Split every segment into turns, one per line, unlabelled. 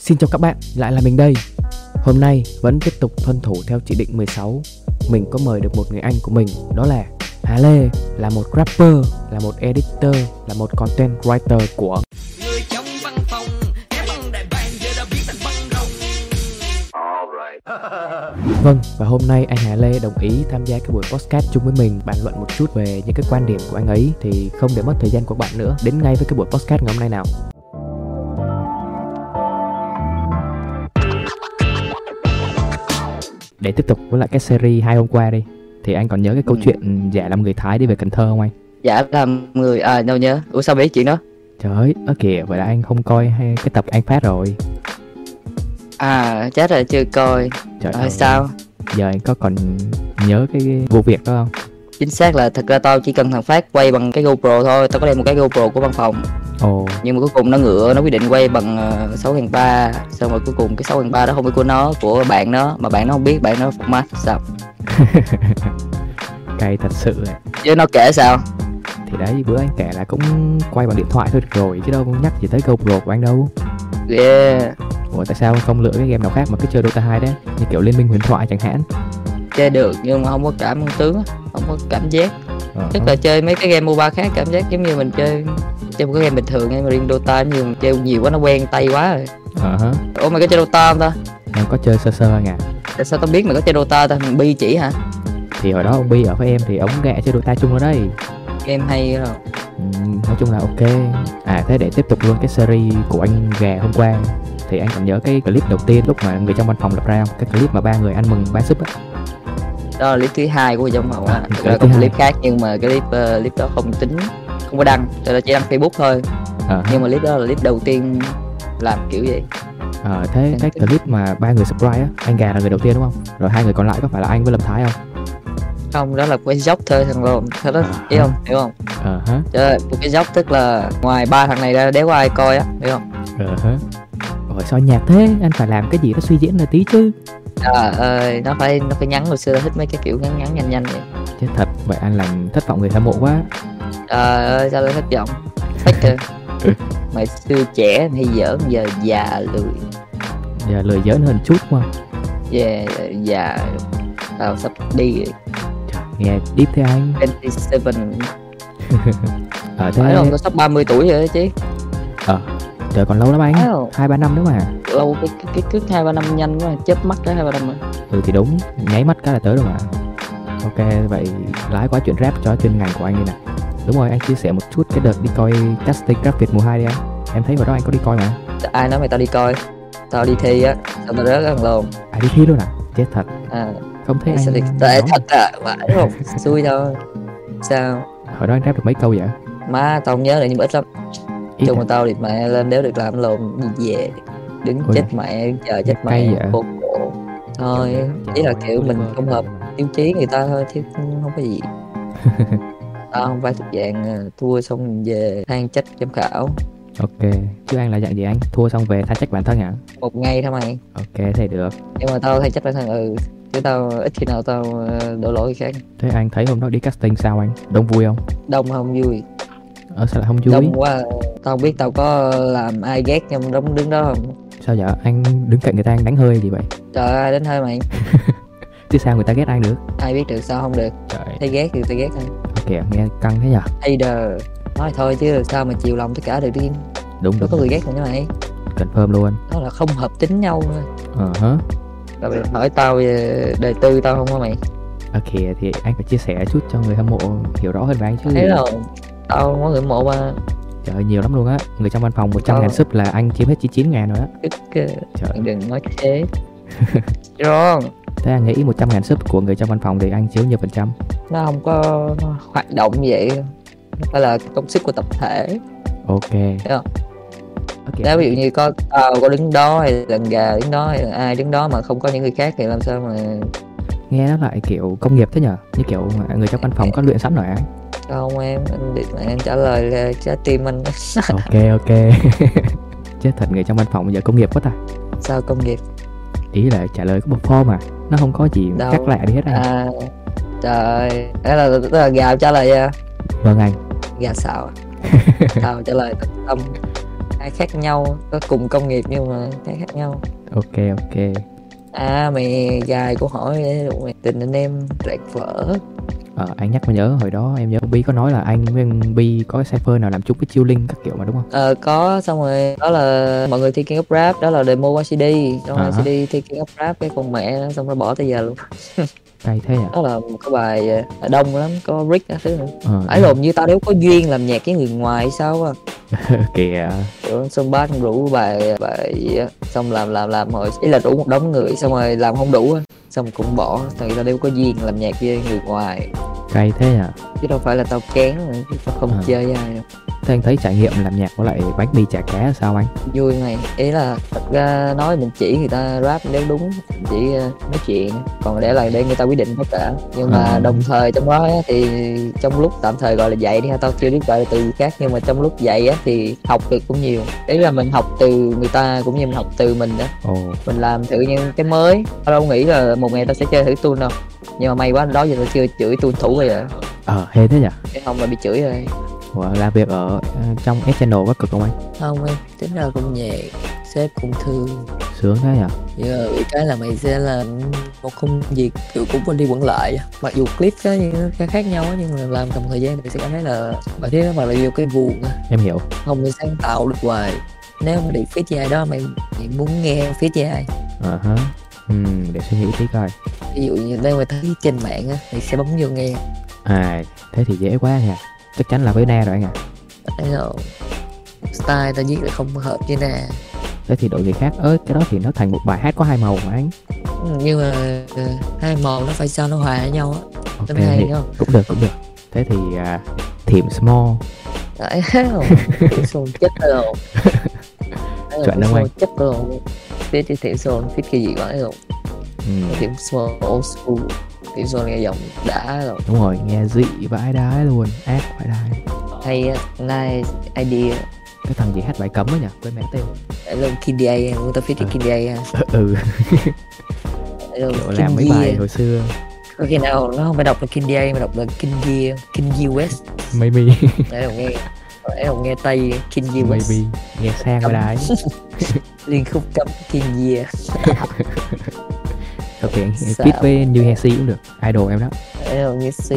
Xin chào các bạn, lại là mình đây. Hôm nay vẫn tiếp tục tuân thủ theo chỉ định 16. Mình có mời được một người anh của mình, đó là Hà Lê, là một rapper, là một editor, là một content writer của
người trong văn phòng cái băng đại bàng giờ đã biến thành băng rồng
Vâng, và hôm nay anh Hà Lê đồng ý tham gia cái buổi podcast chung với mình bàn luận một chút về những cái quan điểm của anh ấy thì không để mất thời gian của các bạn nữa, đến ngay với cái buổi podcast ngày hôm nay nào. Để tiếp tục với lại cái series hai hôm qua đi thì anh còn nhớ cái câu
Ừ.
chuyện giả làm người Thái đi về Cần Thơ không anh?
Dạ làm người à đâu nhớ Ủa sao biết chuyện đó
Trời ơi, ớ kìa, vậy là anh không coi hay cái tập anh phát rồi
À chết rồi chưa coi
Trời
Rồi Ờ, sao
Giờ anh có còn nhớ cái vụ việc đó không?
Chính xác là thật ra tao chỉ cần thằng Phát quay bằng cái GoPro thôi Tao có đem một cái GoPro của văn phòng
Ồ,
Nhưng mà cuối cùng nó ngựa Nó quyết định quay bằng ờ, 6.300 Xong rồi cuối cùng cái 6.300 đó không phải của nó Của bạn nó Mà bạn nó không biết Bạn nó format sao
cay thật sự ấy.
Chứ nó kể sao
Thì đấy, bữa anh kể là cũng quay bằng điện thoại thôi được rồi Chứ đâu có nhắc gì tới GoPro của anh đâu
Yeah
Ủa tại sao không lựa cái game nào khác mà cứ chơi Dota 2 đấy Như kiểu Liên minh huyền thoại chẳng hạn
Chơi được nhưng mà không có cảm ơn tướng á, Không có cảm giác
ờ,
Tức là chơi mấy cái game MOBA khác cảm giác giống như mình chơi Chơi một cái game bình thường ấy mà riêng Dota giống như mình chơi nhiều quá nó quen tay quá rồi
ờ, hả.
Ủa mày có chơi Dota không ta?
Em có chơi sơ sơ anh à
Tại sao tao biết mày có chơi Dota ta? Thằng Bi chỉ hả?
Thì hồi đó ông Bi ở với em thì ông ghẹ chơi Dota chung đó đấy
Game hay ờ, rồi.
Ừ, nói chung là ok à thế để tiếp tục luôn cái series của anh gà hôm qua thì anh còn nhớ cái clip đầu tiên lúc mà người trong văn phòng lập ra không? cái clip mà ba người ăn mừng ba súp á
Đó là clip thứ hai của trong phòng á.
Dạ, Clip
Thực ra
thứ
có một
hai.
clip khác nhưng mà cái clip ờ, clip đó không tính không có đăng, cho nên chỉ đăng Facebook thôi.
Ờ,
Nhưng mà clip đó là clip đầu tiên làm kiểu vậy.
ờ, thế cái clip mà ba người surprise á anh gà là người đầu tiên đúng không rồi hai người còn lại có phải là anh với lâm thái không
Không, đó là cái dốc thôi thằng lồn. Thế đó,
À.
hiểu không? Hiểu không?
ờ hả
Trời, một cái dốc tức là ngoài ba thằng này ra đéo có ai coi á, hiểu không?
ờ hả ôi sao nhạc thế anh phải làm cái gì đó suy diễn là tí chứ
Trời ơi, nó phải nó phải nhắn hồi xưa tao thích mấy cái kiểu ngắn ngắn nhanh nhanh vậy.
chết thật vậy anh làm thất vọng người hâm mộ quá
Trời ơi, sao lại thất vọng? Thích rồi. Mày xưa trẻ hay giỡn giờ già lười.
giờ lười giỡn hơn chút đúng không
Yeah, dạ Tao sắp đi
Trời, nghe deep thế anh
27
ờ
Phải
thế
không, tao sắp 30 tuổi rồi đó chứ
trời còn lâu lắm anh
Phải không,
hai ba năm nữa mà
lâu cái cái, cái cước 2-3 năm nhanh quá Chớp mắt cái 2-3 năm rồi
Ừ thì đúng, nháy mắt cái là tới rồi mà Ok, vậy lái quá chuyện rap cho chuyên ngành của anh đi nè Đúng rồi, anh chia sẻ một chút cái đợt đi coi casting rap Việt mùa 2 đi anh Em thấy vào đó anh có đi coi mà
Ai nói mày tao đi coi Tao đi thi á Tao tao rớt ăn lồn
À đi thi luôn à? Chết thật,
à,
không thấy
mày sẽ
anh
đi
nói.
Tệ thật à Phải không Xui thôi Sao
Hồi đó anh rap được mấy câu vậy?
Má tao không nhớ được nhưng mà ít lắm
Ít
Chung
à?
mà tao thì mẹ lên nếu được làm lồn gì về Đứng
Ôi
chết mẹ Chờ chết
cay
mẹ
vậy?
Khổ khổ Thôi Chỉ là kiểu mình không hợp tiêu chí người ta thôi chứ cũng không có gì tao không phải thuộc dạng ờ, thua xong về than trách giám khảo
Ok, chứ anh là dạng gì anh? Thua xong về than trách bản thân hả?
một ngày thôi mày
Ok, thế được
nhưng mà tao than trách bản thân ừ chứ tao ít khi nào tao ờ, đổ lỗi người khác
Thế anh thấy hôm đó đi casting sao anh? Đông vui không?
đông không vui
Ờ sao lại không vui?
đông quá tao không biết tao có làm ai ghét trong đống đứng đó không
Sao vậy? Anh đứng cạnh người ta anh đánh hơi gì vậy?
trời ơi ai đến hơi mày
Chứ sao người ta ghét anh được?
ai biết được sao không được
Trời,
thấy ghét thì tao ghét thôi
kìa nghe căng thế nhở?
hay đờ nói thôi chứ sao mà chiều lòng tất cả được đi
Đúng
nó
đúng,
có người ghét mày nữa mày
confirm luôn
nó là không hợp tính nhau thôi
Ờ hả?
Rồi mày hỏi tao về đời tư tao không hả mày
Ok thì anh phải chia sẻ chút cho người hâm mộ hiểu rõ hơn về anh chứ
Thấy rồi Tao không có ngưỡng mộ mà
Trời ơi nhiều lắm luôn á Người trong văn phòng 100 ngàn
Ờ.
sub là anh chiếm hết 99 ngàn rồi á
Tức ờ,
Trời ơi.
mày đừng nói thế Ron
Thế anh nghĩ 100 ngàn sub của người trong văn phòng thì anh chiếm nhiều phần trăm
Nó không có nó hoạt động như vậy Nó phải là công sức của tập thể
Ok
không?
Ok
Nếu ví dụ như có tao có đứng đó hay là thằng gà đứng đó hay là ai đứng đó mà không có những người khác thì làm sao mà
Nghe nó lại kiểu công nghiệp thế nhở Như kiểu mà người trong văn phòng có luyện sẵn rồi á
Tao không em, anh biết mà em trả lời là trái tim anh
Ok ok Chết thật người trong văn phòng giờ công nghiệp quá ta
Sao công nghiệp
Ý là trả lời có một form mà Nó không có gì
Đâu.
khác lạ đi hết anh
à, Trời ơi, đó là, đó là gà trả lời à, ra
Vâng anh
gà xào à? tao trả lời thật tâm hai khác nhau có cùng công nghiệp nhưng mà hai khác nhau
ok ok
à mày gài câu hỏi để đụng mày tình anh em rạc vỡ
ờ, anh nhắc mới nhớ hồi đó em nhớ ông bi có nói là anh với ông bi có cái cipher nào làm chung với chiêu linh các kiểu mà đúng không
ờ có xong rồi đó là mọi người thi King of Rap đó là demo qua CD xong
Hả?
rồi CD thi King of Rap cái con mẹ nó, xong rồi bỏ tới giờ luôn
cay thế à
đó là một cái bài ờ, đông lắm có Rick các thứ nữa
ờ,
ấy lộn như tao đều có duyên làm nhạc với người ngoài sao á
kìa
kiểu xong bác cũng rủ bài bài gì á xong làm làm làm hồi ý là rủ một đống người xong rồi làm không đủ á xong cũng bỏ tại vì tao đều có duyên làm nhạc với người ngoài
cay thế à
chứ đâu phải là tao kén nữa, chứ tao không
Ờ.
chơi với ai đâu
thế anh thấy trải nghiệm làm nhạc với lại bánh mì chả cá là sao anh
vui mày ý là thật ra nói mình chỉ người ta rap nếu đúng mình chỉ ờ, nói chuyện còn để là để người ta quyết định hết cả nhưng mà
Ờ.
đồng thời trong đó á, thì trong lúc tạm thời gọi là dạy đi ha tao chưa biết gọi là từ gì khác nhưng mà trong lúc dạy á thì học được cũng nhiều ý là mình học từ người ta cũng như mình học từ mình đó
ồ
mình làm thử những cái mới tao đâu nghĩ là một ngày tao sẽ chơi thử tune đâu nhưng mà may quá đó giờ tao chưa chửi tune thủ bây giờ
ờ hê thế nhỉ
chứ không là bị chửi rồi
Ủa, làm việc ở ờ, trong S channel có cực không anh
không em tính ra cũng nhẹ sếp cũng thương
sướng thế nhỉ
giờ bị cái là mày sẽ làm một công việc kiểu cũng quanh đi quẩn lại á. mặc dù clip cái cái khác nhau á, nhưng mà làm cầm thời gian thì sẽ cảm thấy là bài thiết mà là vô cái buồn á,
em hiểu
không thể sáng tạo được hoài nếu mà được phía ai đó mày, mày muốn nghe phía ai
ờ hả ừ, để suy nghĩ tí coi
ví dụ như nếu mày thấy trên mạng á mày sẽ bấm vô nghe
à thế thì dễ quá anh à chắc chắn là với na rồi anh à
thấy không style tao viết lại không hợp với nè
thế thì đổi người khác ớ cái đó thì nó thành một bài hát có hai màu mà anh
nhưng mà ờ, hai màu nó phải sao nó hòa với nhau á
ok
nó mới hay
thì-
đúng không
cũng được cũng được thế thì à, thiểm small
Đấy, không? Thiệu Sồn chết rồi
Chuẩn không anh?
Chết rồi Phía thì Thiệu Sồn, phía kia gì gọi rồi
ừ,
Thiệu Sồn old school Thiệu Sồn nghe giọng đã rồi
đúng rồi nghe dị vãi đái luôn ác vãi đái
Hay á, nice idea
cái thằng gì hát bài cấm ấy nhỉ quên mẹ tên
Để luôn KDA, người ta phía thì
Ừ.
KDA ha
ừ
Để luôn
kiểu làm mấy bài
Kingia
hồi xưa
Có khi nào nó không phải đọc là KDA mà đọc là Kingia, Kingia West
maybe
Để luôn nghe Để luôn nghe Tây, Kingia West
maybe nghe sang vãi đái
Liên khúc cấm Kingia
thực hiện
Sao?
fit với như Hesi cũng được idol em đó
Để luôn nghe Si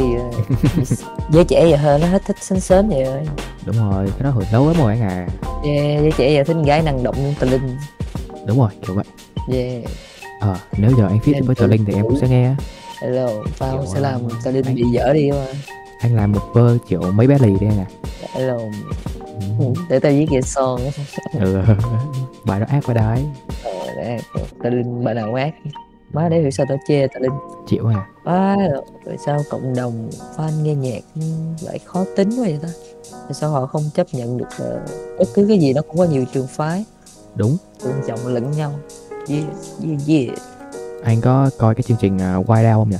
Giới trẻ giờ hơi nó hết thích sến sến vậy rồi
đúng rồi cái đó hồi lâu lắm rồi anh à
Yeah, với trẻ giờ thích con gái năng động tà linh
đúng rồi kiểu vậy
Yeah,
ờ nếu giờ anh fit
Em
với tờ
tự
linh thì em cũng
chủ.
sẽ nghe
hello, tao
Kiểu,
sẽ làm
ờ,
tà linh
anh-
bị dở đi mà
anh làm một vơ kiểu mấy bé lì đi anh à
Hello,
Ừ.
để tao viết về son
ừ bài đó ác vãi đái
Rồi, để tà linh bà nào ác Má để hiểu sao tao chê tà linh
chịu anh à
Má rồi, tại sao cộng đồng fan nghe nhạc lại khó tính quá vậy ta Tại sao họ không chấp nhận được ờ, bất cứ cái gì nó cũng có nhiều trường phái
đúng
Tôn trọng lẫn nhau Yeah, yeah, yeah
anh có coi cái chương trình uh, Wild Out không nhỉ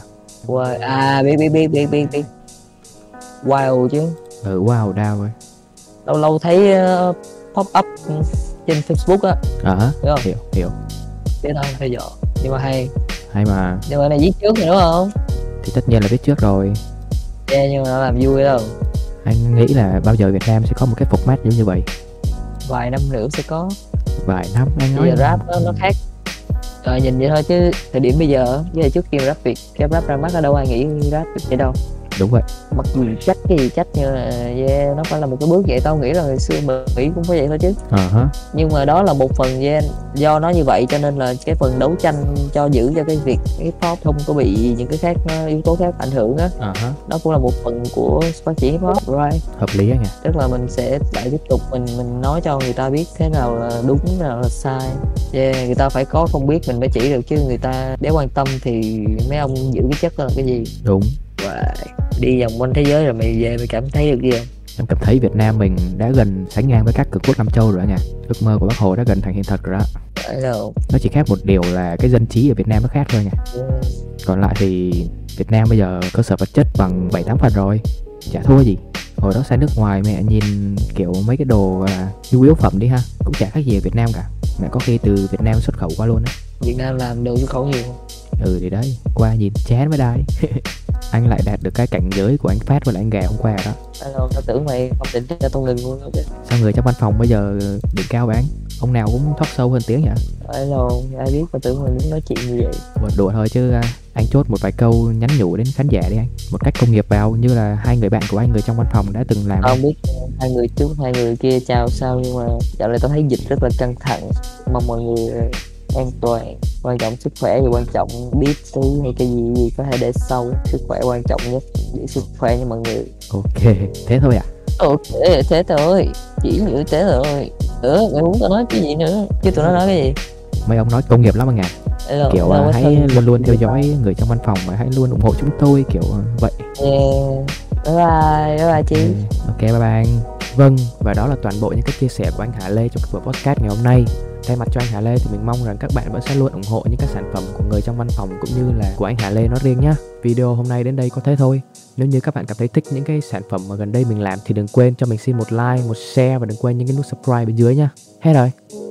Wow, à biết biết biết biết biết biết Wow chứ
ừ Wild Out ấy
lâu lâu thấy ờ, pop up trên Facebook á
ờ
Hiểu không?
hiểu hiểu
để tao không theo dõi nhưng mà hay
hay mà
nhưng mà này viết trước thì đúng không
thì tất nhiên là biết trước rồi
yeah, nhưng mà nó làm vui đâu
anh nghĩ là bao giờ Việt Nam sẽ có một cái format giống như vậy
vài năm nữa sẽ có
vài năm anh
bây
nói
giờ rap nó, nó khác rồi nhìn vậy thôi chứ thời điểm bây giờ với là trước kia rap việt cái rap ra mắt ở đâu ai nghĩ rap việt vậy đâu
đúng vậy
mặc dù trách cái gì trách nhưng mà yeah, nó phải là một cái bước vậy tao nghĩ là ngày xưa mỹ cũng phải vậy thôi chứ
ờ hả
nhưng mà đó là một phần do, do nó như vậy cho nên là cái phần đấu tranh cho giữ cho cái việc hip hop không có bị những cái khác ờ, yếu tố khác ảnh hưởng á
ờ hả
nó cũng là một phần của phát triển hip hop right
hợp lý anh à
tức là mình sẽ lại tiếp tục mình mình nói cho người ta biết thế nào là đúng thế nào là sai yeah, người ta phải có không biết mình mới chỉ được chứ người ta để quan tâm thì mấy ông giữ cái chất là cái gì
đúng
và đi vòng quanh thế giới rồi mày về mày cảm thấy được gì không
em cảm thấy Việt Nam mình đã gần sánh ngang với các cường quốc Nam Châu rồi anh à ước mơ của bác Hồ đã gần thành hiện thực rồi đó
phải là
nó chỉ khác một điều là cái dân trí ở Việt Nam nó khác thôi nha
yeah,
còn lại thì Việt Nam bây giờ cơ sở vật chất bằng 7 8 phần rồi chả thua gì hồi đó sang nước ngoài mẹ nhìn kiểu mấy cái đồ gọi là nhu yếu phẩm đi ha cũng chả khác gì ở Việt Nam cả mẹ có khi từ Việt Nam xuất khẩu qua luôn á
Việt Nam làm đồ xuất khẩu nhiều
ừ thì đấy qua nhìn chán mới đai anh lại đạt được cái cảnh giới của anh Phát và lại anh gà hôm qua rồi đó
Alo, tao tưởng mày không định cho tao ngừng luôn đó chứ.
sao người trong văn phòng bây giờ đỉnh cao bán ông nào cũng thoát sâu hơn tiếng nhỉ
Alo, ai biết tao tưởng mày muốn nói chuyện như vậy.
Bật đùa thôi chứ à, anh chốt một vài câu nhắn nhủ đến khán giả đi anh một cách công nghiệp vào như là hai người bạn của anh người trong văn phòng đã từng làm
Tao không biết hai người trước, hai người kia chào sao nhưng mà dạo này tao thấy dịch rất là căng thẳng. Mong mọi người ờ, an toàn. Quan trọng sức khỏe thì quan trọng biết thứ hay cái gì gì có thể để sau. Sức khỏe quan trọng nhất. Giữ sức khỏe nha mọi người.
ok thế thôi à
Ok, thế thôi. Chỉ như thế thôi. Nữa, mày muốn tao nói cái gì nữa? Chứ tụi nó nói cái gì?
mấy ông nói công nghiệp lắm anh ạ
Alo,
kiểu
tao
à,
quá
hãy
Ờ, thân.
luôn luôn theo dõi người trong văn phòng và hãy luôn ủng hộ chúng tôi kiểu à, vậy
Yeah. Bye bye, bye bye chị.
Ừ, Ok bye bye anh Vâng và đó là toàn bộ những cái chia sẻ của anh Hà Lê trong buổi podcast ngày hôm nay Thay mặt cho anh Hà Lê thì mình mong rằng các bạn vẫn sẽ luôn ủng hộ những cái sản phẩm của người trong văn phòng cũng như là của anh Hà Lê nó riêng nhá Video hôm nay đến đây có thế thôi Nếu như các bạn cảm thấy thích những cái sản phẩm mà gần đây mình làm thì đừng quên cho mình xin một like, một share và đừng quên những cái nút subscribe bên dưới nhá Hết rồi